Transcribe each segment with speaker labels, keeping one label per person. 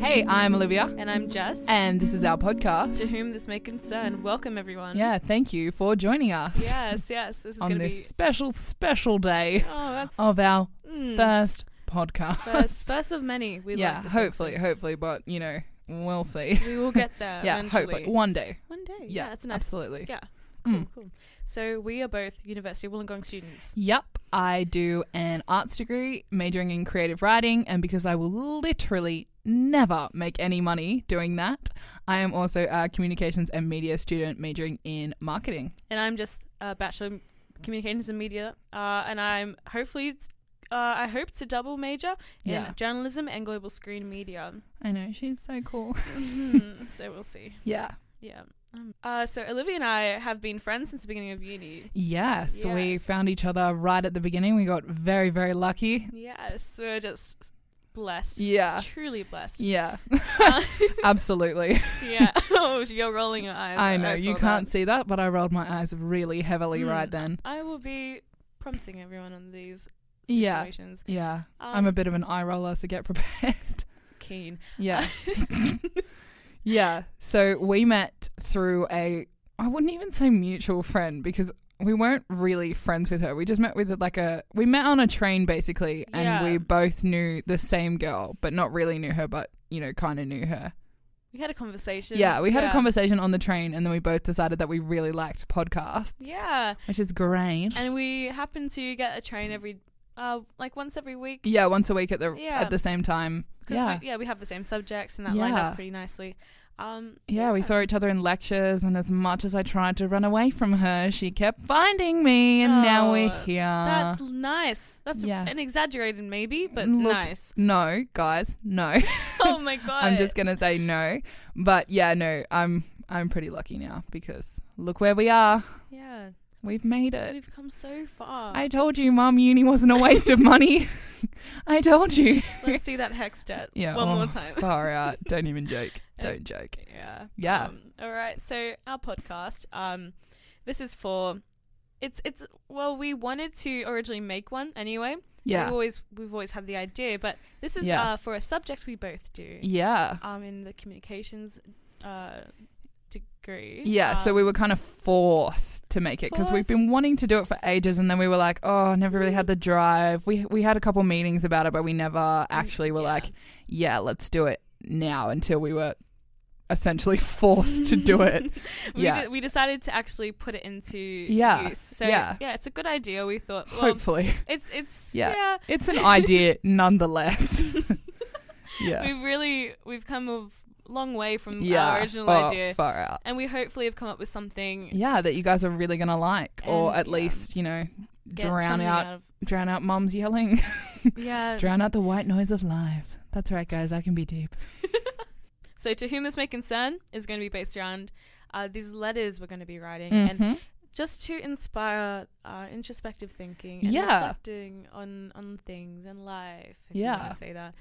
Speaker 1: Hey, I'm Olivia,
Speaker 2: And I'm Jess.
Speaker 1: and this is our
Speaker 2: to
Speaker 1: podcast.
Speaker 2: whom this may concern, welcome everyone.
Speaker 1: Yeah, thank you for joining us
Speaker 2: Yes, yes. This is
Speaker 1: on
Speaker 2: going to
Speaker 1: this
Speaker 2: be.
Speaker 1: special, special day
Speaker 2: Oh, that's
Speaker 1: of our
Speaker 2: mm,
Speaker 1: first podcast.
Speaker 2: first, first of many. We
Speaker 1: yeah,
Speaker 2: like to think so.
Speaker 1: hopefully, hopefully, but you know, we'll see.
Speaker 2: we will get there.
Speaker 1: yeah,
Speaker 2: eventually.
Speaker 1: hopefully, one day.
Speaker 2: One day.
Speaker 1: Yeah,
Speaker 2: Yeah, that's nice.
Speaker 1: absolutely.
Speaker 2: Yeah. Cool,
Speaker 1: Mm.
Speaker 2: cool. So we are both University of Wollongong students.
Speaker 1: Yep, I do an arts degree majoring in creative writing, and because I will literally never make any money doing that, I am also a communications and media student majoring in marketing.
Speaker 2: and I'm just a bachelor of communications and media, uh, and I'm hopefully uh, I hope to double major in
Speaker 1: Yeah.
Speaker 2: journalism and global screen media.
Speaker 1: I know, she's so cool.
Speaker 2: Mhm, so we'll see.
Speaker 1: Yeah.
Speaker 2: Yeah. Um, uh, so Olivia and I have been friends since the beginning of uni.
Speaker 1: Yes, we
Speaker 2: Yes.
Speaker 1: found each other right at the beginning. We got very, very lucky.
Speaker 2: Yes, we're just blessed.
Speaker 1: Yeah.
Speaker 2: Truly blessed. Uh,
Speaker 1: Yeah, absolutely.
Speaker 2: yeah. Oh, you're rolling your eyes.
Speaker 1: I know you
Speaker 2: saw
Speaker 1: can't
Speaker 2: that.
Speaker 1: see that, but I rolled my eyes really heavily
Speaker 2: Mm.
Speaker 1: right then.
Speaker 2: I will be prompting everyone on these
Speaker 1: Yeah,
Speaker 2: situations.
Speaker 1: yeah.
Speaker 2: Um,
Speaker 1: I'm a bit of an eye roller, so get prepared.
Speaker 2: keen.
Speaker 1: Yeah. yeah. So we met through a, I wouldn't even say mutual friend because we weren't really friends with her. We just met with like a, we met on a train basically, and
Speaker 2: Yeah.
Speaker 1: we both knew the same girl, but not really knew her, but, you know, kind of knew her.
Speaker 2: We had a conversation.
Speaker 1: Yeah. We had a conversation on the train, and then we both decided that we really liked podcasts.
Speaker 2: Yeah.
Speaker 1: Which is great.
Speaker 2: And we happen to get a train every, uh, like once every week.
Speaker 1: yeah, once a week at the
Speaker 2: Yeah.
Speaker 1: at the same time.
Speaker 2: 'cause
Speaker 1: Yeah.
Speaker 2: We, yeah, we have the same subjects and that lined
Speaker 1: Yeah.
Speaker 2: up pretty nicely. Um,
Speaker 1: Yeah, we saw each other in lectures, and as much as I tried to run away from her, she kept finding me, and now we're
Speaker 2: Oh,
Speaker 1: here.
Speaker 2: That's nice. That's
Speaker 1: Uh, yeah.
Speaker 2: an exaggerated maybe, but
Speaker 1: Look-
Speaker 2: nice.
Speaker 1: no, guys, no.
Speaker 2: Oh my god.
Speaker 1: I'm just gonna say no, but yeah, no, I'm I'm pretty lucky now because look where we are.
Speaker 2: yeah.
Speaker 1: We've made it.
Speaker 2: We've come so far.
Speaker 1: I told you, Mum, uni wasn't a waste of money. I told you.
Speaker 2: Let's see that hex jet
Speaker 1: Yeah,
Speaker 2: one
Speaker 1: oh,
Speaker 2: more time.
Speaker 1: Far out. Don't even joke. Don't joke.
Speaker 2: Yeah.
Speaker 1: Yeah.
Speaker 2: Um, all right. So our podcast, um, this is for, it's it's well, we wanted to originally make one anyway. We've
Speaker 1: Yeah.
Speaker 2: always we've always had the idea, but this is
Speaker 1: Yeah.
Speaker 2: uh, for a subject we both do.
Speaker 1: Yeah.
Speaker 2: Um, in the communications, uh, degree.
Speaker 1: Yeah, so
Speaker 2: Um,
Speaker 1: we were kind of forced to make it because we've
Speaker 2: Forced.
Speaker 1: been wanting to do it for ages, and then we were like, "Oh, never really had the drive." We we had a couple meetings about it, but we never actually were
Speaker 2: Oh, yeah.
Speaker 1: like, "Yeah, let's do it now." Until we were essentially forced to do it.
Speaker 2: we
Speaker 1: yeah.
Speaker 2: de- we decided to actually put it into
Speaker 1: Yeah,
Speaker 2: use. So
Speaker 1: yeah.
Speaker 2: it's a good idea. We thought. Well,
Speaker 1: Hopefully,
Speaker 2: it's it's
Speaker 1: Yeah.
Speaker 2: yeah.
Speaker 1: it's an idea nonetheless. yeah,
Speaker 2: We've really we've come a long way from
Speaker 1: yeah,
Speaker 2: our original
Speaker 1: Oh,
Speaker 2: idea,
Speaker 1: far out.
Speaker 2: and we hopefully have come up with something.
Speaker 1: Yeah, that you guys are really gonna like, or
Speaker 2: And,
Speaker 1: at
Speaker 2: yeah.
Speaker 1: least you know,
Speaker 2: get
Speaker 1: drown
Speaker 2: something
Speaker 1: out,
Speaker 2: of.
Speaker 1: drown out mum's yelling,
Speaker 2: Yeah.
Speaker 1: drown out the white noise of life. That's right, guys. I can be deep.
Speaker 2: so to whom this may concern is going to be based around uh, these letters we're going to be writing, and
Speaker 1: Mhm.
Speaker 2: just to inspire uh, introspective thinking and
Speaker 1: Yeah.
Speaker 2: reflecting on on things and life. If you
Speaker 1: Yeah.
Speaker 2: wanna say that.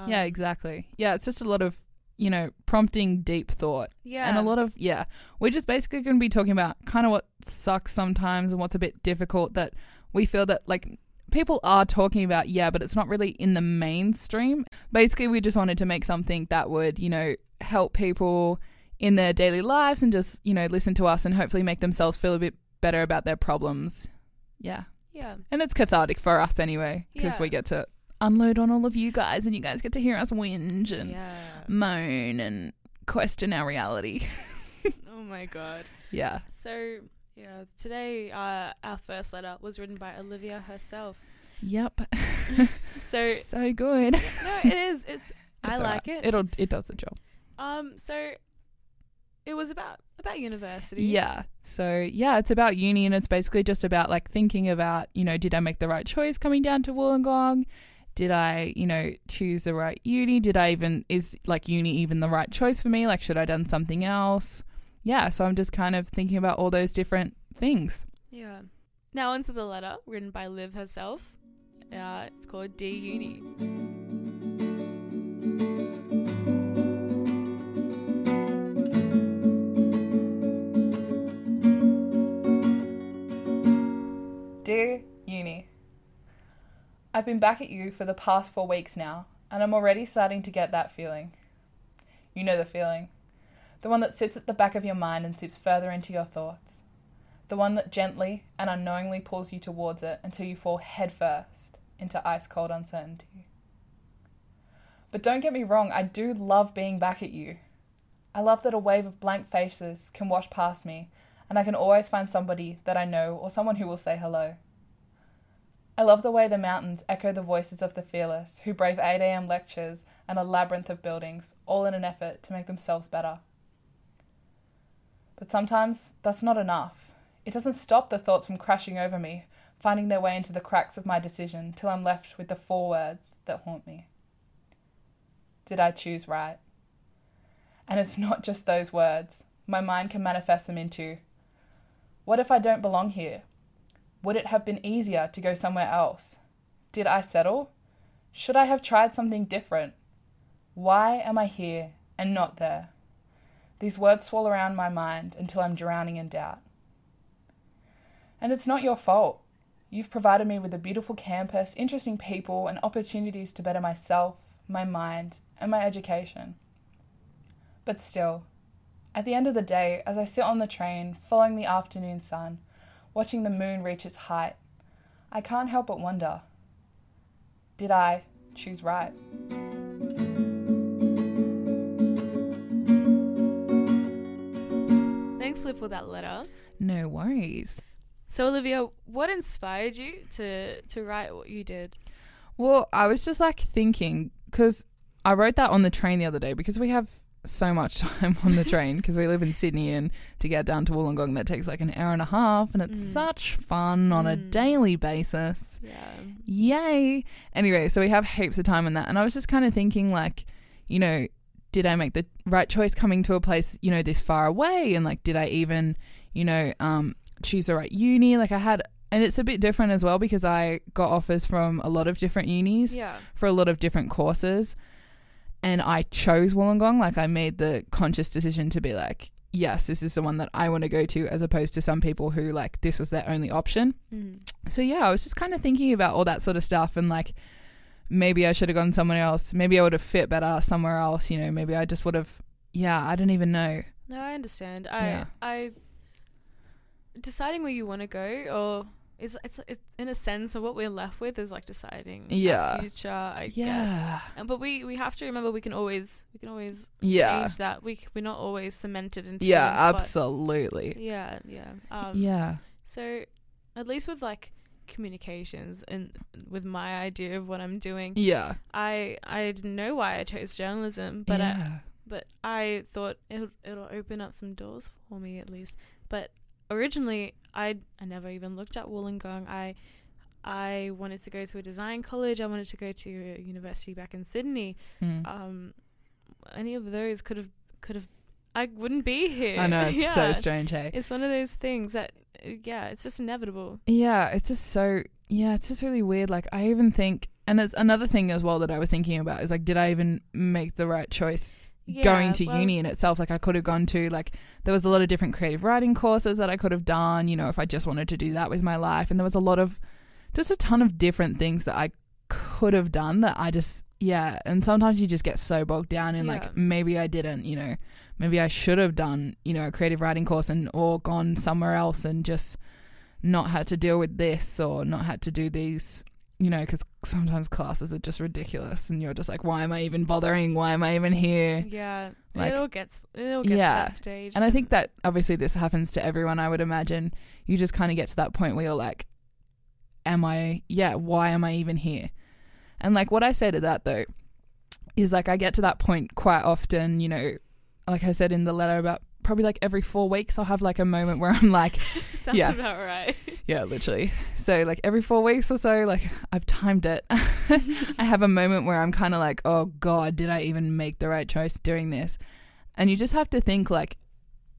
Speaker 2: Um,
Speaker 1: yeah, exactly. Yeah, it's just a lot of, you know, prompting deep thought.
Speaker 2: yeah,
Speaker 1: And a lot of, yeah, we're just basically going to be talking about kind of what sucks sometimes and what's a bit difficult that we feel that, like, people are talking about, yeah, but it's not really in the mainstream. Basically, we just wanted to make something that would, you know, help people in their daily lives and just, you know, listen to us and hopefully make themselves feel a bit better about their problems. Yeah.
Speaker 2: yeah.
Speaker 1: And it's cathartic for us anyway, because
Speaker 2: Yeah.
Speaker 1: we get to unload on all of you guys and you guys get to hear us whinge and
Speaker 2: Yeah.
Speaker 1: moan and question our reality.
Speaker 2: Oh my god.
Speaker 1: yeah.
Speaker 2: So yeah, today uh, our first letter was written by Olivia herself.
Speaker 1: Yep.
Speaker 2: So no,
Speaker 1: so good.
Speaker 2: it is. It's I
Speaker 1: It's alright.
Speaker 2: like it.
Speaker 1: It'll it does the job.
Speaker 2: um. So it was about about university.
Speaker 1: Yeah. So yeah, it's about uni and it's basically just about like thinking about, you know, did I make the right choice coming down to Wollongong? Did I, you know, choose the right uni? Did I even is like uni even the right choice for me? Like should I done something else? Yeah, so I'm just kind of thinking about all those different things.
Speaker 2: Yeah. Now onto the letter written by Liv herself. Uh, it's called D Uni.
Speaker 1: Dear Uni, I've been back at you for the past four weeks now, and I'm already starting to get that feeling. You know the feeling. The one that sits at the back of your mind and seeps further into your thoughts. The one that gently and unknowingly pulls you towards it until you fall headfirst into ice cold uncertainty. But don't get me wrong, I do love being back at you. I love that a wave of blank faces can wash past me, and I can always find somebody that I know or someone who will say hello. I love the way the mountains echo the voices of the fearless who brave 8am lectures and a labyrinth of buildings, all in an effort to make themselves better. But sometimes that's not enough. It doesn't stop the thoughts from crashing over me, finding their way into the cracks of my decision till I'm left with the four words that haunt me. Did I choose right? And it's not just those words. My mind can manifest them into What if I don't belong here? Would it have been easier to go somewhere else? Did I settle? Should I have tried something different? Why am I here and not there? These words swirl around my mind until I'm drowning in doubt. And it's not your fault. You've provided me with a beautiful campus, interesting people, and opportunities to better myself, my mind, and my education. But still, at the end of the day, as I sit on the train, following the afternoon sun, watching the moon reach its height, I can't help but wonder did I choose right?
Speaker 2: Thanks, Liv, for that letter.
Speaker 1: No worries.
Speaker 2: So, Olivia, what inspired you to to write what you did?
Speaker 1: Well, I was just like thinking because I wrote that on the train the other day because we have so much time on the train because we live in Sydney and to get down to Wollongong that takes like an hour and a half and it's
Speaker 2: Mm.
Speaker 1: such fun on a
Speaker 2: Mm.
Speaker 1: daily basis.
Speaker 2: Yeah.
Speaker 1: Yay. Anyway, so we have heaps of time on that and I was just kind of thinking like, you know, did I make the right choice coming to a place, you know, this far away and like did I even, you know, um choose the right uni? Like I had and it's a bit different as well because I got offers from a lot of different unis
Speaker 2: Yeah.
Speaker 1: for a lot of different courses. And I chose Wollongong. Like, I made the conscious decision to be like, yes, this is the one that I want to go to, as opposed to some people who, like, this was their only option.
Speaker 2: Mm.
Speaker 1: So, yeah, I was just kind of thinking about all that sort of stuff and, like, maybe I should have gone somewhere else. Maybe I would have fit better somewhere else. You know, maybe I just would have, yeah, I don't even know.
Speaker 2: No, I understand. I
Speaker 1: Yeah.
Speaker 2: I deciding where you want to go, or is it's, it's in a sense of what we're left with is like deciding our
Speaker 1: Yeah.
Speaker 2: future, I guess.
Speaker 1: yeah.
Speaker 2: And but we we have to remember we can always we can always
Speaker 1: Yeah.
Speaker 2: change that. We c- we're not always cemented into
Speaker 1: Yeah,
Speaker 2: one spot.
Speaker 1: absolutely.
Speaker 2: Yeah, yeah. Um,
Speaker 1: yeah.
Speaker 2: So, at least with like communications and with my idea of what I'm doing,
Speaker 1: Yeah.
Speaker 2: I I didn't know why I chose journalism, but uh, I,
Speaker 1: yeah.
Speaker 2: but I thought it'll it'll open up some doors for me at least. But originally, I I never even looked at Wollongong. I I wanted to go to a design college. I wanted to go to a university back in Sydney.
Speaker 1: Mm.
Speaker 2: Um, any of those could have could have I wouldn't be here.
Speaker 1: I know, it's so
Speaker 2: Yeah.
Speaker 1: strange, hey?
Speaker 2: It's one of those things that uh, yeah, it's just inevitable.
Speaker 1: Yeah, it's just so yeah, it's just really weird. Like I even think, and it's another thing as well that I was thinking about is like, did I even make the right choice
Speaker 2: Yeah,
Speaker 1: going to
Speaker 2: well,
Speaker 1: uni in itself? Like I could have gone to like there was a lot of different creative writing courses that I could have done. You know, if I just wanted to do that with my life, and there was a lot of just a ton of different things that I could have done that I just yeah. And sometimes you just get so bogged down in
Speaker 2: Yeah.
Speaker 1: like maybe I didn't. You know, maybe I should have done you know a creative writing course and or gone somewhere else and just not had to deal with this or not had to do these you know because sometimes classes are just ridiculous and you're just like why am i even bothering why am i even here
Speaker 2: Yeah,
Speaker 1: Like-
Speaker 2: it all gets it all gets
Speaker 1: Yeah,
Speaker 2: to that stage.
Speaker 1: and i think that obviously this happens to everyone i would imagine you just kind of get to that point where you're like am i yeah why am i even here and like what i say to that though is like i get to that point quite often you know like i said in the letter about probably like every four weeks i'll have like a moment where i'm like
Speaker 2: sounds
Speaker 1: yeah.
Speaker 2: about right.
Speaker 1: Yeah, literally. So like every four weeks or so, like I've timed it. I have a moment where I'm kind of like, oh god, did I even make the right choice doing this? And you just have to think like,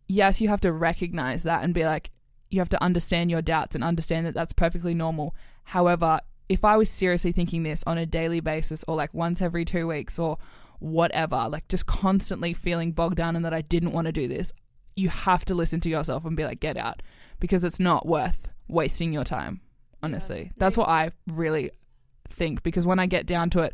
Speaker 1: yes, you have to recognize that and be like, you have to understand your doubts and understand that that's perfectly normal. However, if I was seriously thinking this on a daily basis or like once every two weeks or whatever, like just constantly feeling bogged down and that I didn't want to do this, you have to listen to yourself and be like, get out because it's not worth wasting your time. Honestly,
Speaker 2: Yeah.
Speaker 1: that's
Speaker 2: No,
Speaker 1: what I really think because when I get down to it,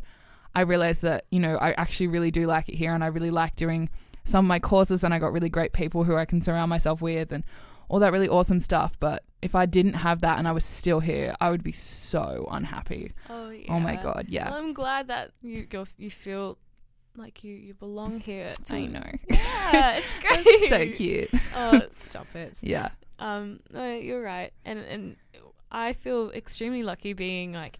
Speaker 1: I realized that, you know, I actually really do like it here and I really like doing some of my courses and I got really great people who I can surround myself with and all that really awesome stuff. But if I didn't have that and I was still here, I would be so unhappy.
Speaker 2: Oh yeah.
Speaker 1: Oh my God. Yeah.
Speaker 2: Well, I'm glad that you you're, you feel like you you belong here. To
Speaker 1: I know.
Speaker 2: Yeah, it's
Speaker 1: That's
Speaker 2: great.
Speaker 1: so cute.
Speaker 2: Oh, stop it.
Speaker 1: Yeah.
Speaker 2: Um, no, you're right, and and I feel extremely lucky being like,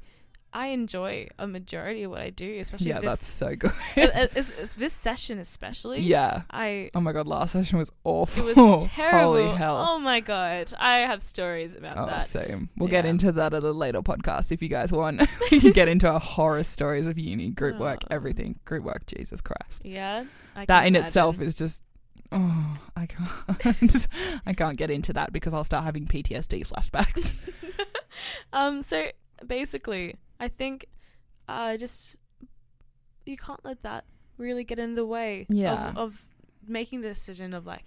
Speaker 2: I enjoy a majority of what I do, especially
Speaker 1: Yeah, that's
Speaker 2: this.
Speaker 1: so good.
Speaker 2: That's this session especially.
Speaker 1: yeah.
Speaker 2: I
Speaker 1: Oh my god, last session was
Speaker 2: it
Speaker 1: awful.
Speaker 2: was terrible.
Speaker 1: Holy hell.
Speaker 2: Oh my god, I have stories about
Speaker 1: Oh,
Speaker 2: that.
Speaker 1: same. We'll get
Speaker 2: Yeah.
Speaker 1: into that at a later podcast if you guys want. we can get into our horror stories of uni, group work,
Speaker 2: Oh.
Speaker 1: everything. Group work, Jesus Christ.
Speaker 2: Yeah, I
Speaker 1: that
Speaker 2: can
Speaker 1: in itself
Speaker 2: imagine.
Speaker 1: is just oh, I can't. I can't get into that because I'll start having PTSD flashbacks.
Speaker 2: um. So basically, I think, uh, just you can't let that really get in the way.
Speaker 1: Yeah.
Speaker 2: Of, of making the decision of like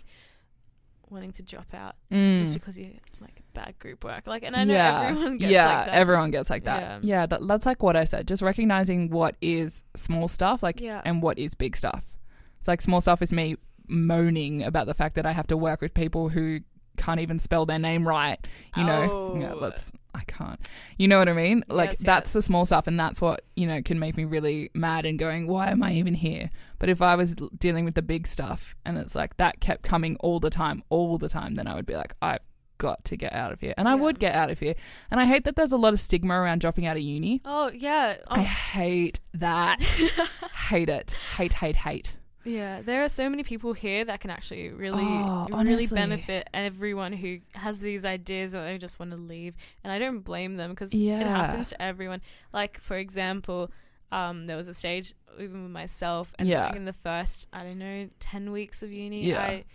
Speaker 2: wanting to drop out just
Speaker 1: Mm.
Speaker 2: because you like bad group work. Like, and I know everyone gets
Speaker 1: yeah,
Speaker 2: like that.
Speaker 1: everyone gets like that.
Speaker 2: Yeah.
Speaker 1: Yeah, that, that's like what I said. Just recognizing what is small stuff, like,
Speaker 2: Yeah.
Speaker 1: Uh, and what is big stuff. It's like small stuff is me moaning about the fact that I have to work with people who can't even spell their name right. You know, yeah,
Speaker 2: Oh.
Speaker 1: that's I can't. You know what I mean? Like
Speaker 2: Yes, yes.
Speaker 1: that's the small stuff, and that's what you know can make me really mad and going, "Why am I even here?" But if I was l- dealing with the big stuff, and it's like that kept coming all the time, all the time, then I would be like, "I've got to get out of here," and I
Speaker 2: Yeah.
Speaker 1: would get out of here. And I hate that there's a lot of stigma around dropping out of uni.
Speaker 2: Oh yeah.
Speaker 1: I
Speaker 2: Oh.
Speaker 1: hate that. hate it. Hate, hate, hate.
Speaker 2: yeah. There are so many people here that can actually really,
Speaker 1: Oh,
Speaker 2: really
Speaker 1: honestly.
Speaker 2: benefit everyone who has these ideas that they just want to leave, and I don't blame them because it
Speaker 1: Yeah.
Speaker 2: happens to everyone. Like for example. Um, there was a stage even with myself, and
Speaker 1: Yeah.
Speaker 2: like in the first, I don't know, ten weeks of uni,
Speaker 1: Yeah.
Speaker 2: I,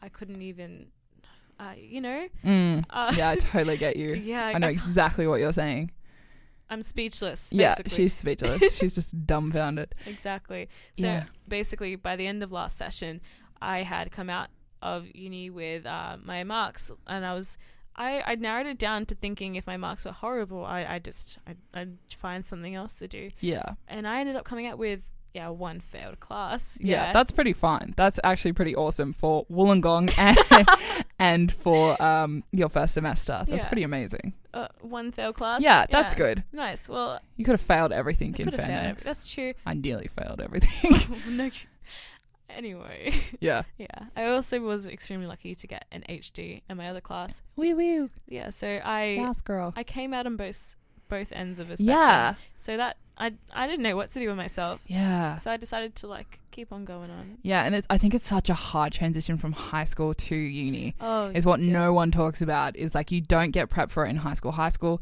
Speaker 2: I couldn't even, uh, you know,
Speaker 1: Mm.
Speaker 2: uh,
Speaker 1: Yeah, I totally get you.
Speaker 2: yeah,
Speaker 1: I know
Speaker 2: can't-
Speaker 1: exactly what you're saying.
Speaker 2: I'm speechless.
Speaker 1: Yeah,
Speaker 2: basically.
Speaker 1: she's speechless. she's just dumbfounded.
Speaker 2: exactly. So
Speaker 1: Yeah.
Speaker 2: basically, by the end of last session, I had come out of uni with uh, my marks, and I was I I narrowed it down to thinking if my marks were horrible, I I just I, I'd find something else to do,
Speaker 1: Yeah.
Speaker 2: and I ended up coming out with yeah one failed class.
Speaker 1: Yeah, that's pretty fine. That's actually pretty awesome for Wollongong and, and for um, your first semester. That's
Speaker 2: Yeah.
Speaker 1: pretty amazing.
Speaker 2: uh, one failed class.
Speaker 1: yeah, that's good.
Speaker 2: Nice. Well,
Speaker 1: You could have failed everything,
Speaker 2: I
Speaker 1: in
Speaker 2: could have failed.
Speaker 1: fairness.
Speaker 2: That's true.
Speaker 1: I nearly failed everything.
Speaker 2: no. Anyway,
Speaker 1: yeah.
Speaker 2: yeah. I also was extremely lucky to get an HD in my other class.
Speaker 1: Wee wee.
Speaker 2: Yeah, so I
Speaker 1: girl.
Speaker 2: I came out on both both ends of a spectrum.
Speaker 1: Yeah.
Speaker 2: So that I I didn't know what to do with myself.
Speaker 1: Yeah.
Speaker 2: So I decided to like keep on going on.
Speaker 1: Yeah, and it's, I think it's such a hard transition from high school to uni.
Speaker 2: Oh,
Speaker 1: is what
Speaker 2: yeah.
Speaker 1: no one talks about is like you don't get prep for it in high school. High school,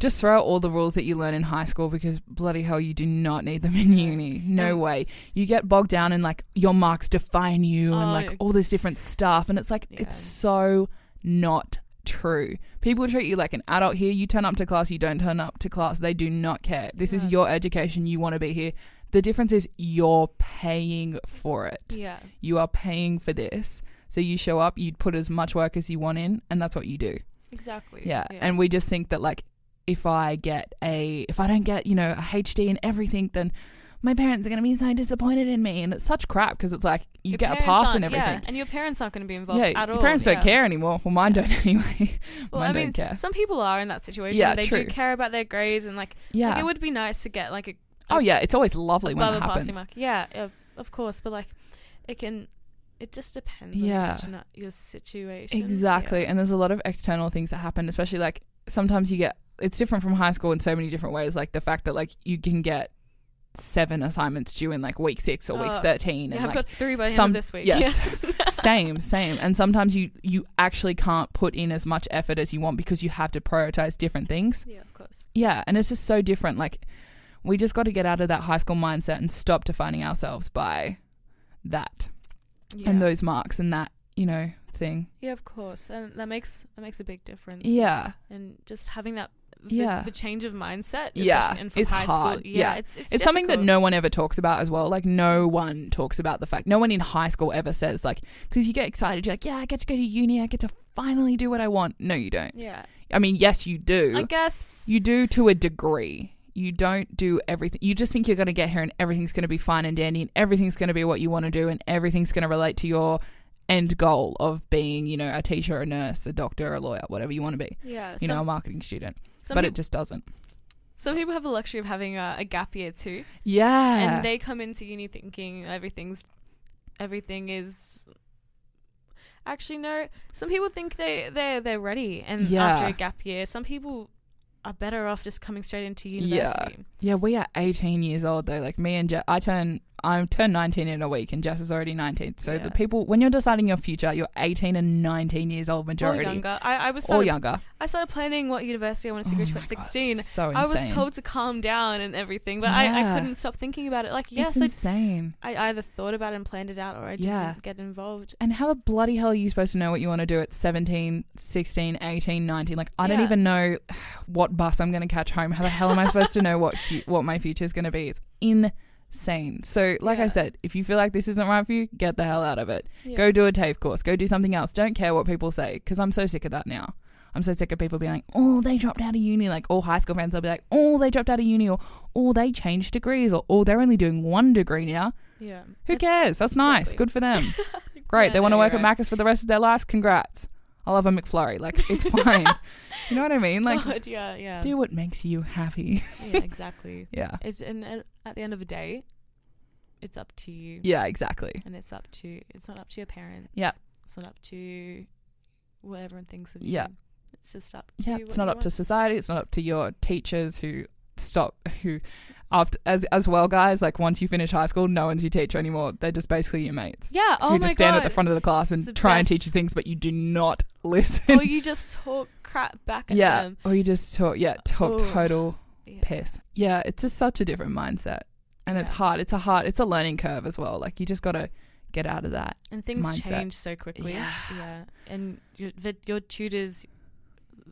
Speaker 1: just throw out all the rules that you learn in high school because bloody hell, you do not need them in
Speaker 2: No.
Speaker 1: uni. No
Speaker 2: And-
Speaker 1: way. You get bogged down in like your marks define you
Speaker 2: Oh,
Speaker 1: and like all this different stuff. And it's like,
Speaker 2: Yeah.
Speaker 1: it's so not true. People treat you like an adult here. You turn up to class, you don't turn up to class. They do not care. This
Speaker 2: Yeah.
Speaker 1: is your education. You want to be here. The difference is you're paying for it
Speaker 2: Yeah.
Speaker 1: you are paying for this. So you show up, you put as much work as you want in, and that's what you do.
Speaker 2: Exactly.
Speaker 1: Yeah. And we just think that like if I get a if I don't get, you know, a HD and everything, then my parents are going to be so disappointed in me and it's such crap because it's like you
Speaker 2: Your
Speaker 1: get a
Speaker 2: parents
Speaker 1: pass
Speaker 2: aren't-
Speaker 1: and everything.
Speaker 2: Yeah, and your parents aren't going to be
Speaker 1: Yeah,
Speaker 2: involved at all.
Speaker 1: your parents don't
Speaker 2: yeah.
Speaker 1: care anymore. Well, mine
Speaker 2: Yeah.
Speaker 1: don't anyway.
Speaker 2: Well,
Speaker 1: mine
Speaker 2: I mean,
Speaker 1: don't care.
Speaker 2: some people are in that situation.
Speaker 1: Yeah,
Speaker 2: they do
Speaker 1: true.
Speaker 2: care about their grades and like,
Speaker 1: Yeah.
Speaker 2: like, it would be nice to get like a
Speaker 1: oh yeah, it's always lovely when
Speaker 2: above
Speaker 1: it
Speaker 2: a
Speaker 1: happens.
Speaker 2: passing mark. Yeah, of, of course, but like it can it just depends on
Speaker 1: Yeah.
Speaker 2: your, situ- your situation. Yeah.
Speaker 1: Exactly. And there's a lot of external things that happen, especially like sometimes you get it's different from high school in so many different ways. Like the fact that like you can get seven assignments due in like week six or week
Speaker 2: Oh,
Speaker 1: thirteen.
Speaker 2: Yeah,
Speaker 1: and
Speaker 2: I've
Speaker 1: like,
Speaker 2: got three by the
Speaker 1: some-
Speaker 2: end of this week.
Speaker 1: yes.
Speaker 2: Yeah.
Speaker 1: same, same. And sometimes you you actually can't put in as much effort as you want because you have to prioritize different things.
Speaker 2: yeah, of course.
Speaker 1: Yeah. And it's just so different. Like we just got to get out of that high school mindset and stop defining ourselves by that
Speaker 2: Yeah.
Speaker 1: and those marks and that, you know, thing.
Speaker 2: yeah, of course, and that makes that makes a big difference.
Speaker 1: Yeah.
Speaker 2: and just having that the,
Speaker 1: Yeah.
Speaker 2: the change of mindset.
Speaker 1: Yeah,
Speaker 2: especially- and from
Speaker 1: it's
Speaker 2: high
Speaker 1: hard.
Speaker 2: School,
Speaker 1: Yeah.
Speaker 2: it's it's,
Speaker 1: it's something that
Speaker 2: difficult.
Speaker 1: no one ever talks about as well. Like no one talks about the fact. No one in high school ever says like because you get excited. You're like, yeah, I get to go to uni. I get to finally do what I want. No, you don't.
Speaker 2: Yeah,
Speaker 1: I mean, yes, you do.
Speaker 2: I guess.
Speaker 1: you do to a degree. you don't do everything. You just think you're going to get here and everything's going to be fine and dandy and everything's going to be what you want to do and everything's going to relate to your end goal of being, you know, a teacher, a nurse, a doctor, a lawyer, whatever you want to be.
Speaker 2: Yeah.
Speaker 1: You know, a
Speaker 2: some,
Speaker 1: marketing student.
Speaker 2: some,
Speaker 1: but
Speaker 2: peop-
Speaker 1: it just doesn't.
Speaker 2: some people have the luxury of having a, a gap year too,
Speaker 1: Yeah.
Speaker 2: and they come into uni thinking everything's everything is. Actually, no. Some people think they they they're ready, and
Speaker 1: Yeah.
Speaker 2: after a gap year, some people are better off just coming straight into
Speaker 1: Yeah.
Speaker 2: university.
Speaker 1: yeah, we are 18 years old though. Like me and Jess, I turn I'm turned 19 in a week and Jess is already 19. So
Speaker 2: Yeah.
Speaker 1: the people when you're deciding your future, you're 18 and 19 years old
Speaker 2: Or
Speaker 1: majority.
Speaker 2: younger. I, I was
Speaker 1: Or
Speaker 2: started,
Speaker 1: younger.
Speaker 2: I started planning what university I wanted to
Speaker 1: Oh
Speaker 2: go to
Speaker 1: my
Speaker 2: at
Speaker 1: God,
Speaker 2: 16.
Speaker 1: so insane.
Speaker 2: I was told to calm down and everything, but I,
Speaker 1: Yeah.
Speaker 2: I couldn't stop thinking about it. Like,
Speaker 1: It's
Speaker 2: yes, I,
Speaker 1: insane.
Speaker 2: I either thought about it and planned it out or I didn't
Speaker 1: Yeah.
Speaker 2: get involved.
Speaker 1: and how the bloody hell are you supposed to know what you want to do at 17 16 18 19 like i don't
Speaker 2: Yeah.
Speaker 1: even know what bus i'm going to catch home how the hell am i supposed to know what fu- what my future is going to be it's insane so like i
Speaker 2: Yeah.
Speaker 1: said if you feel like this isn't right for you get the hell out of it
Speaker 2: Yeah.
Speaker 1: go do a tafe course go do something else don't care what people say because i'm so sick of that now i'm so sick of people being like oh they dropped out of uni like all high school friends they'll be like oh they dropped out of uni or oh they changed degrees or oh they're only doing one degree now
Speaker 2: Yeah.
Speaker 1: who
Speaker 2: It's-
Speaker 1: cares that's nice
Speaker 2: exactly.
Speaker 1: good for them Great.
Speaker 2: Yeah,
Speaker 1: they
Speaker 2: no,
Speaker 1: want to
Speaker 2: you're
Speaker 1: work
Speaker 2: right.
Speaker 1: at Macca's for the rest of their lives. Congrats. I love a McFlurry. Like, it's fine. you know what I mean? Like,
Speaker 2: God, yeah, yeah.
Speaker 1: do what makes you happy.
Speaker 2: yeah, exactly.
Speaker 1: yeah.
Speaker 2: It's and and at the end of the day, it's up to you.
Speaker 1: Yeah, exactly.
Speaker 2: And it's up to it's not up to your parents.
Speaker 1: Yeah.
Speaker 2: It's not up to what everyone thinks of
Speaker 1: Yeah.
Speaker 2: you. It's just up to
Speaker 1: Yeah.
Speaker 2: you
Speaker 1: It's
Speaker 2: what
Speaker 1: not
Speaker 2: you
Speaker 1: up to
Speaker 2: want.
Speaker 1: society. It's not up to your teachers who stop, who, after, as, as well, guys, like, once you finish high school, no one's your teacher anymore. They're just basically your mates.
Speaker 2: Yeah, oh
Speaker 1: who
Speaker 2: my
Speaker 1: just stand
Speaker 2: god.
Speaker 1: at the front of the class and
Speaker 2: It's the
Speaker 1: try and
Speaker 2: best.
Speaker 1: teach you things, but you do not listen.
Speaker 2: or Oh, you just talk crap back at
Speaker 1: yeah.
Speaker 2: them.
Speaker 1: Or you just talk, yeah, talk
Speaker 2: Oh.
Speaker 1: total
Speaker 2: Yeah.
Speaker 1: piss. Yeah, it's just such a different mindset. And it's
Speaker 2: Yeah.
Speaker 1: hard. It's a hard it's a learning curve as well. Like you just gotta get out of that.
Speaker 2: and things
Speaker 1: mindset.
Speaker 2: change so quickly.
Speaker 1: Yeah.
Speaker 2: and your the, your tutors,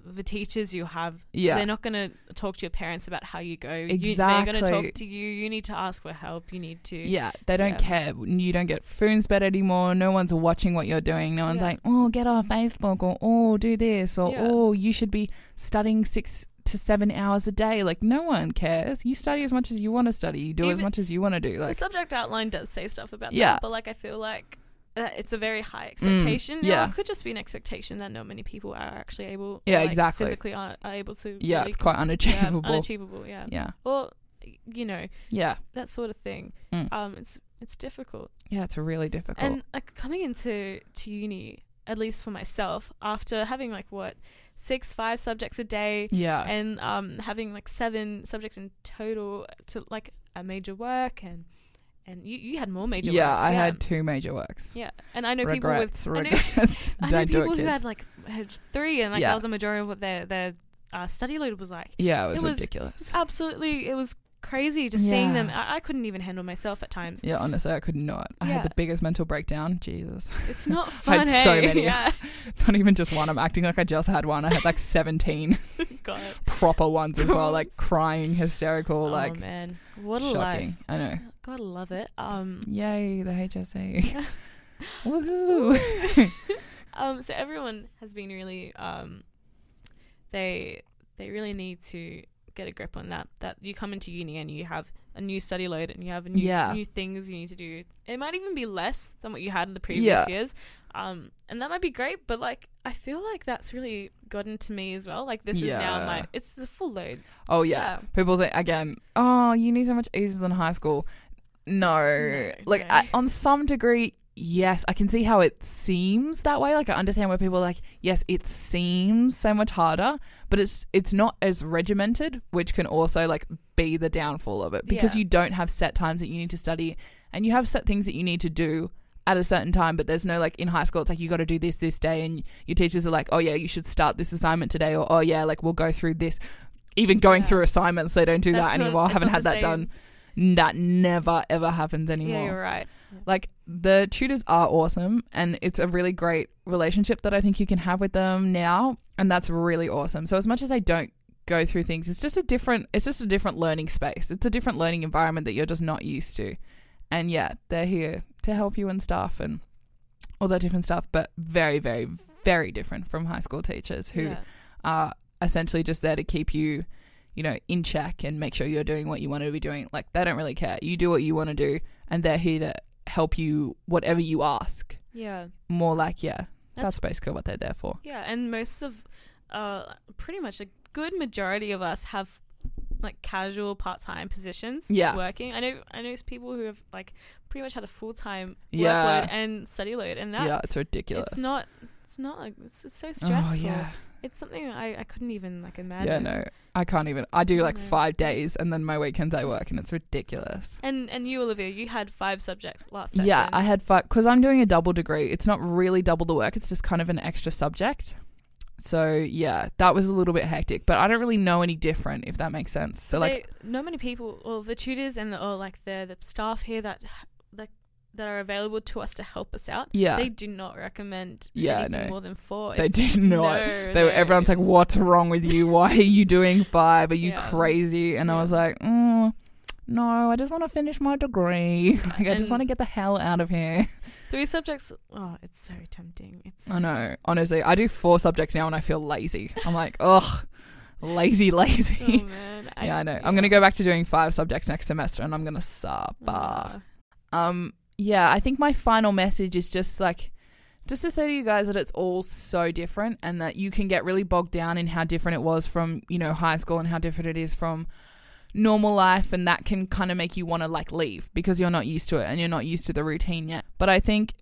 Speaker 2: the teachers you have,
Speaker 1: Yeah.
Speaker 2: they're not going to talk to your parents about how you go. You, they're going to
Speaker 1: Exactly.
Speaker 2: talk to you. You need to ask for help. You need to.
Speaker 1: Yeah. They don't
Speaker 2: Yeah.
Speaker 1: care. You don't get phones bed anymore. No one's watching what you're doing. No one's
Speaker 2: Yeah.
Speaker 1: like, Oh, get off Facebook or oh do this or
Speaker 2: Yeah.
Speaker 1: oh you should be studying six to seven hours a day. Like no one cares. You study as much as you want to study. You do as
Speaker 2: Even-
Speaker 1: much as you want to do.
Speaker 2: the
Speaker 1: Like
Speaker 2: subject outline does say stuff about
Speaker 1: Yeah.
Speaker 2: that, but like I feel like uh, it's a very high expectation. Now,
Speaker 1: Mm, yeah.
Speaker 2: it could just be an expectation that not many people are actually able.
Speaker 1: Yeah,
Speaker 2: like,
Speaker 1: exactly.
Speaker 2: Physically are, are able to.
Speaker 1: Yeah,
Speaker 2: really
Speaker 1: it's quite
Speaker 2: com-
Speaker 1: unachievable.
Speaker 2: Yeah, unachievable. Yeah.
Speaker 1: Yeah.
Speaker 2: Or you know
Speaker 1: Yeah.
Speaker 2: that sort of thing.
Speaker 1: Mm.
Speaker 2: Um, it's it's difficult.
Speaker 1: Yeah, it's really difficult.
Speaker 2: And like coming into to uni, at least for myself, after having like what six, five subjects a day,
Speaker 1: yeah.
Speaker 2: and um having like seven subjects in total to like a major work and and you, you had more major
Speaker 1: yeah,
Speaker 2: works.
Speaker 1: I had two major works.
Speaker 2: yeah, and I know
Speaker 1: regrets,
Speaker 2: people with I know-
Speaker 1: regrets.
Speaker 2: I know,
Speaker 1: Don't do it,
Speaker 2: people who
Speaker 1: kids.
Speaker 2: had like had three and like
Speaker 1: Yeah.
Speaker 2: that was a majority of what their their uh, study load was like.
Speaker 1: yeah, it was
Speaker 2: it was-
Speaker 1: ridiculous.
Speaker 2: Absolutely, it was crazy just seeing them.
Speaker 1: Yeah.
Speaker 2: I, I couldn't even handle myself at times.
Speaker 1: Yeah, honestly, I could not. I had
Speaker 2: Yeah.
Speaker 1: the biggest mental breakdown. Jesus,
Speaker 2: It's not
Speaker 1: I
Speaker 2: fun.
Speaker 1: had so
Speaker 2: hey?
Speaker 1: many.
Speaker 2: Yeah.
Speaker 1: not even just one. I'm acting like I just had one. I had like 17
Speaker 2: God.
Speaker 1: proper ones as well, like crying, hysterical, like
Speaker 2: oh man, what a
Speaker 1: shocking.
Speaker 2: life.
Speaker 1: I know.
Speaker 2: Gotta love it. Um,
Speaker 1: Yay, the HSE.
Speaker 2: Ooh.
Speaker 1: Woohoo!
Speaker 2: um, so everyone has been really um, they they really need to get a grip on that. That you come into uni and you have a new study load and you have new
Speaker 1: Yeah.
Speaker 2: new things you need to do. It might even be less than what you had in the previous
Speaker 1: Yeah.
Speaker 2: years. Um, and that might be great, but like I feel like that's really gotten to me as well. Like this is now
Speaker 1: Yeah.
Speaker 2: my it's a full load.
Speaker 1: Oh yeah. People think again, oh, uni so much easier than high school. No,
Speaker 2: No,
Speaker 1: like
Speaker 2: no.
Speaker 1: I, on some degree, yes, I can see how it seems that way. Like I understand where people are like, yes, it seems so much harder, but it's it's not as regimented, which can also like be the downfall of it because
Speaker 2: Yeah.
Speaker 1: you don't have set times that you need to study, and you have set things that you need to do at a certain time but there's no like in high school it's like you got to do this this day and your teachers are like oh yeah you should start this assignment today or oh yeah like we'll go through this even going
Speaker 2: Yeah.
Speaker 1: through assignments they don't do
Speaker 2: That's
Speaker 1: that
Speaker 2: not-
Speaker 1: anymore I
Speaker 2: it's
Speaker 1: haven't
Speaker 2: not
Speaker 1: had
Speaker 2: the
Speaker 1: that
Speaker 2: same.
Speaker 1: done that never ever happens anymore
Speaker 2: Yeah, you're right.
Speaker 1: like the tutors are awesome and it's a really great relationship that I think you can have with them now and that's really awesome. So as much as I don't go through things, it's just a different it's just a different learning space. It's a different learning environment that you're just not used to. And yeah, they're here to help you and stuff and all that different stuff, but very very very different from high school teachers who
Speaker 2: Yeah.
Speaker 1: are essentially just there to keep you you know, in check and make sure you're doing what you want to be doing. Like they don't really care. You do what you want to do and they're here to help you whatever you ask.
Speaker 2: Yeah.
Speaker 1: More like, yeah,
Speaker 2: That's-
Speaker 1: that's basically what they're there for.
Speaker 2: Yeah, and most of, uh, pretty much a good majority of us have like casual part-time positions.
Speaker 1: Yeah.
Speaker 2: working. I know. I know it's people who have like pretty much had a full-time
Speaker 1: Yeah.
Speaker 2: workload and study load, and that
Speaker 1: yeah, it's ridiculous.
Speaker 2: it's not. It's not. Like, it's, it's so stressful.
Speaker 1: Oh yeah.
Speaker 2: It's something I, I couldn't even like imagine.
Speaker 1: Yeah, no. I can't even. I do like
Speaker 2: No.
Speaker 1: 5 days and then my weekends I work and it's ridiculous.
Speaker 2: And and you, Olivia, you had five subjects last session.
Speaker 1: Yeah, I had five because I'm doing a double degree. It's not really double the work; it's just kind of an extra subject. So yeah, that was a little bit hectic, but I don't really know any different if that makes sense. So like,
Speaker 2: They- not many people, or the tutors and the, or like the the staff here that that that are available to us to help us out.
Speaker 1: yeah,
Speaker 2: They
Speaker 1: they,
Speaker 2: do not recommend
Speaker 1: Yeah,
Speaker 2: anything
Speaker 1: no.
Speaker 2: more than four. It's-
Speaker 1: did not.
Speaker 2: no,
Speaker 1: they were,
Speaker 2: no.
Speaker 1: everyone's like, "What's wrong with you? Why are you doing five? Are you
Speaker 2: Yeah.
Speaker 1: crazy?" And I
Speaker 2: Yeah.
Speaker 1: was like, mm, "No, I just want to finish my degree. like, I
Speaker 2: And-
Speaker 1: just want to get the hell out of here."
Speaker 2: three subjects. Oh, it's so tempting. It's
Speaker 1: I know. Honestly, I do four subjects now, and I feel lazy. I'm like, ugh, lazy, lazy.
Speaker 2: oh man.
Speaker 1: yeah, I know. I'm gonna go back to doing five subjects next semester, and I'm gonna sup.
Speaker 2: Ah.
Speaker 1: Um, yeah, I think my final message is just like, just to say to you guys that it's all so different, and that you can get really bogged down in how different it was from you know high school and how different it is from normal life and that can kind of make you want to like leave because you're not used to it and you're not used to the routine yet but i think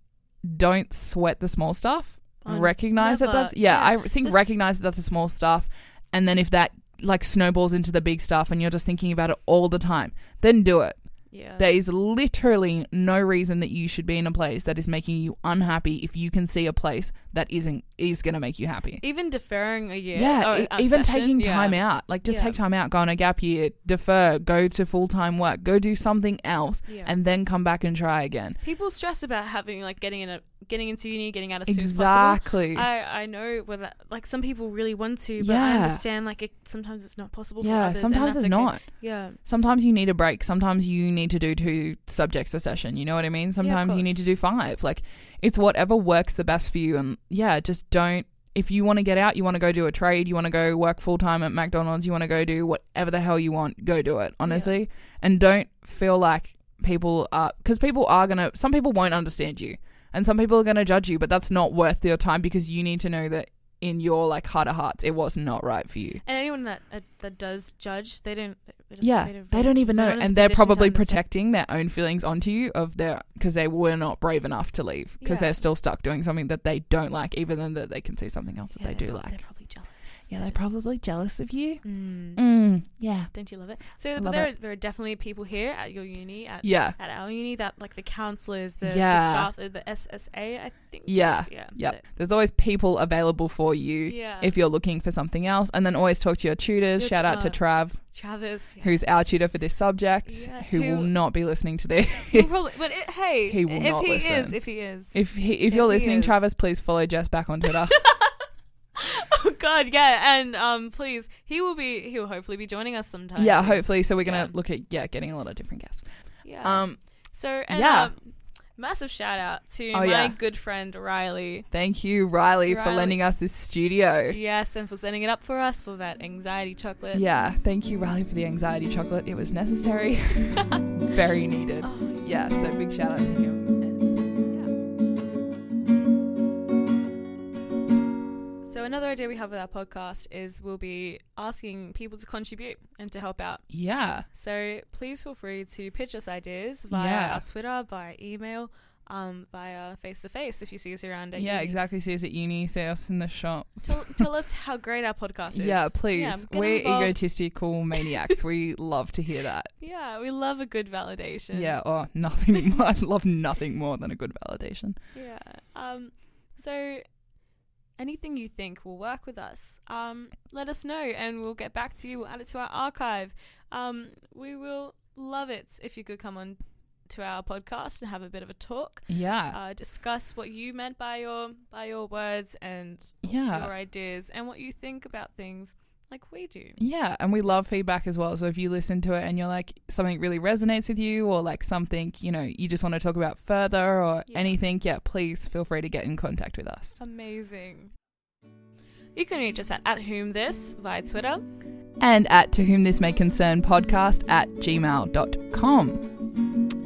Speaker 1: don't sweat the small stuff
Speaker 2: Oh,
Speaker 1: recognize that
Speaker 2: never.
Speaker 1: that's yeah,
Speaker 2: Yeah,
Speaker 1: i think
Speaker 2: this-
Speaker 1: recognize that that's the small stuff and then if that like snowballs into the big stuff and you're just thinking about it all the time then do it
Speaker 2: Yeah.
Speaker 1: there is literally no reason that you should be in a place that is making you unhappy if you can see a place that isn't is going to make you happy
Speaker 2: even deferring a year.
Speaker 1: yeah,
Speaker 2: or
Speaker 1: e-
Speaker 2: a
Speaker 1: even
Speaker 2: Oh, session,
Speaker 1: taking
Speaker 2: yeah.
Speaker 1: time out like just
Speaker 2: Yeah.
Speaker 1: take time out go on a gap year defer go to full-time work go do something else
Speaker 2: Yeah.
Speaker 1: and then come back and try again
Speaker 2: people stress about having like getting in a getting into uni, getting out as soon as possible.
Speaker 1: exactly
Speaker 2: I, I know where that like some people really want to, but I
Speaker 1: Yeah.
Speaker 2: understand like it, sometimes it's not possible. for
Speaker 1: yeah
Speaker 2: others, and
Speaker 1: sometimes
Speaker 2: that's
Speaker 1: it's
Speaker 2: okay.
Speaker 1: not
Speaker 2: Yeah,
Speaker 1: sometimes you need a break. Sometimes you need to do two subjects a session. You know what I mean? Sometimes you
Speaker 2: course.
Speaker 1: need to do five. Like it's whatever works the best for you. And yeah, just don't. If you want to get out, you want to go do a trade, you want to go work full time at McDonald's, you want to go do whatever the hell you want, go do it, honestly. And don't feel like people are, because people are going to, some people won't understand you and some people are going to judge you, but that's not worth your time because you need to know that in your like heart of hearts, it was not right for you.
Speaker 2: and anyone that uh, that does judge, they don't. They just,
Speaker 1: Yeah,
Speaker 2: they don't,
Speaker 1: they don't even know,
Speaker 2: they're not in
Speaker 1: and
Speaker 2: the
Speaker 1: they're
Speaker 2: position to
Speaker 1: probably
Speaker 2: understand.
Speaker 1: protecting their own feelings onto you of their because they were not brave enough to leave because
Speaker 2: Yeah.
Speaker 1: they're still stuck doing something that they don't like, even though that they can see something else that
Speaker 2: Yeah,
Speaker 1: they
Speaker 2: they're
Speaker 1: do
Speaker 2: prob-
Speaker 1: like.
Speaker 2: They're probably jealous.
Speaker 1: yeah, they're
Speaker 2: Yes.
Speaker 1: probably jealous of you.
Speaker 2: Mm.
Speaker 1: Mm, yeah,
Speaker 2: Don't you love it? So but
Speaker 1: love
Speaker 2: there, Are, there are definitely people here at your uni at
Speaker 1: yeah,
Speaker 2: at our uni that like the counselors, the,
Speaker 1: Yeah.
Speaker 2: the staff, uh, the SSA, I think.
Speaker 1: Yeah.
Speaker 2: Yeah.
Speaker 1: yep. There's always people available for you
Speaker 2: Yeah.
Speaker 1: if you're looking for something else, and then always talk to your tutors.
Speaker 2: Your
Speaker 1: Shout out to
Speaker 2: tu-
Speaker 1: Trav,
Speaker 2: Travis. Yeah.
Speaker 1: who's our tutor for this subject,
Speaker 2: Yes,
Speaker 1: who, will
Speaker 2: who-
Speaker 1: not be listening to this.
Speaker 2: Well, probably, but it, hey,
Speaker 1: He will
Speaker 2: if
Speaker 1: not
Speaker 2: he is,
Speaker 1: listen.
Speaker 2: if he is,
Speaker 1: If he,
Speaker 2: If
Speaker 1: if you're
Speaker 2: he
Speaker 1: listening,
Speaker 2: is.
Speaker 1: Travis, please follow Jess back on Twitter.
Speaker 2: oh God, yeah, and um, please, he will be, he will hopefully be joining us sometime.
Speaker 1: yeah,
Speaker 2: soon.
Speaker 1: hopefully. So we're gonna
Speaker 2: Yeah.
Speaker 1: look at yeah, getting a lot of different guests.
Speaker 2: Yeah.
Speaker 1: Um,
Speaker 2: so and,
Speaker 1: yeah.
Speaker 2: um, massive shout out to
Speaker 1: Oh,
Speaker 2: my
Speaker 1: yeah.
Speaker 2: good friend Riley.
Speaker 1: Thank you, Riley, for
Speaker 2: Riley.
Speaker 1: lending us this studio.
Speaker 2: Yes, and for sending it up for us for that anxiety chocolate.
Speaker 1: Yeah, thank you, Riley, for the anxiety chocolate. It was necessary, very needed.
Speaker 2: Oh,
Speaker 1: Yeah, so big shout out to him. And
Speaker 2: So another idea we have with our podcast is we'll be asking people to contribute and to help out.
Speaker 1: yeah,
Speaker 2: So please feel free to pitch us ideas via
Speaker 1: Yeah.
Speaker 2: our Twitter, via email, um, via face to face if you see us around.
Speaker 1: yeah,
Speaker 2: At
Speaker 1: yeah,
Speaker 2: uni.
Speaker 1: exactly. See us at uni, see us in the shops.
Speaker 2: Tell, tell us how great our podcast is.
Speaker 1: Yeah, please.
Speaker 2: get
Speaker 1: We're
Speaker 2: involved.
Speaker 1: egotistical maniacs. we love to hear that.
Speaker 2: Yeah, we love a good validation.
Speaker 1: Yeah, or nothing. I love nothing more than a good validation.
Speaker 2: Yeah. Um, so anything you think will work with us, um, let us know and we'll get back to you. We'll add it to our archive. Um, we will love it if you could come on to our podcast and have a bit of a talk,
Speaker 1: Yeah,
Speaker 2: uh, discuss what you meant by your by your words and
Speaker 1: yeah.
Speaker 2: your ideas and what you think about things like we do.
Speaker 1: Yeah, and we love feedback as well. So if you listen to it and you're like something really resonates with you or like something, you know, you just want to talk about further or
Speaker 2: Yeah.
Speaker 1: anything, yeah, please feel free to get in contact with us.
Speaker 2: Amazing. You can reach us at, at whom this via Twitter.
Speaker 1: and at to whom this may concern podcast at gmail.com.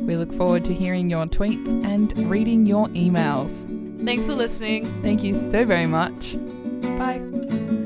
Speaker 1: We look forward to hearing your tweets and reading your emails.
Speaker 2: Thanks for listening.
Speaker 1: Thank you so very much. Bye.
Speaker 2: See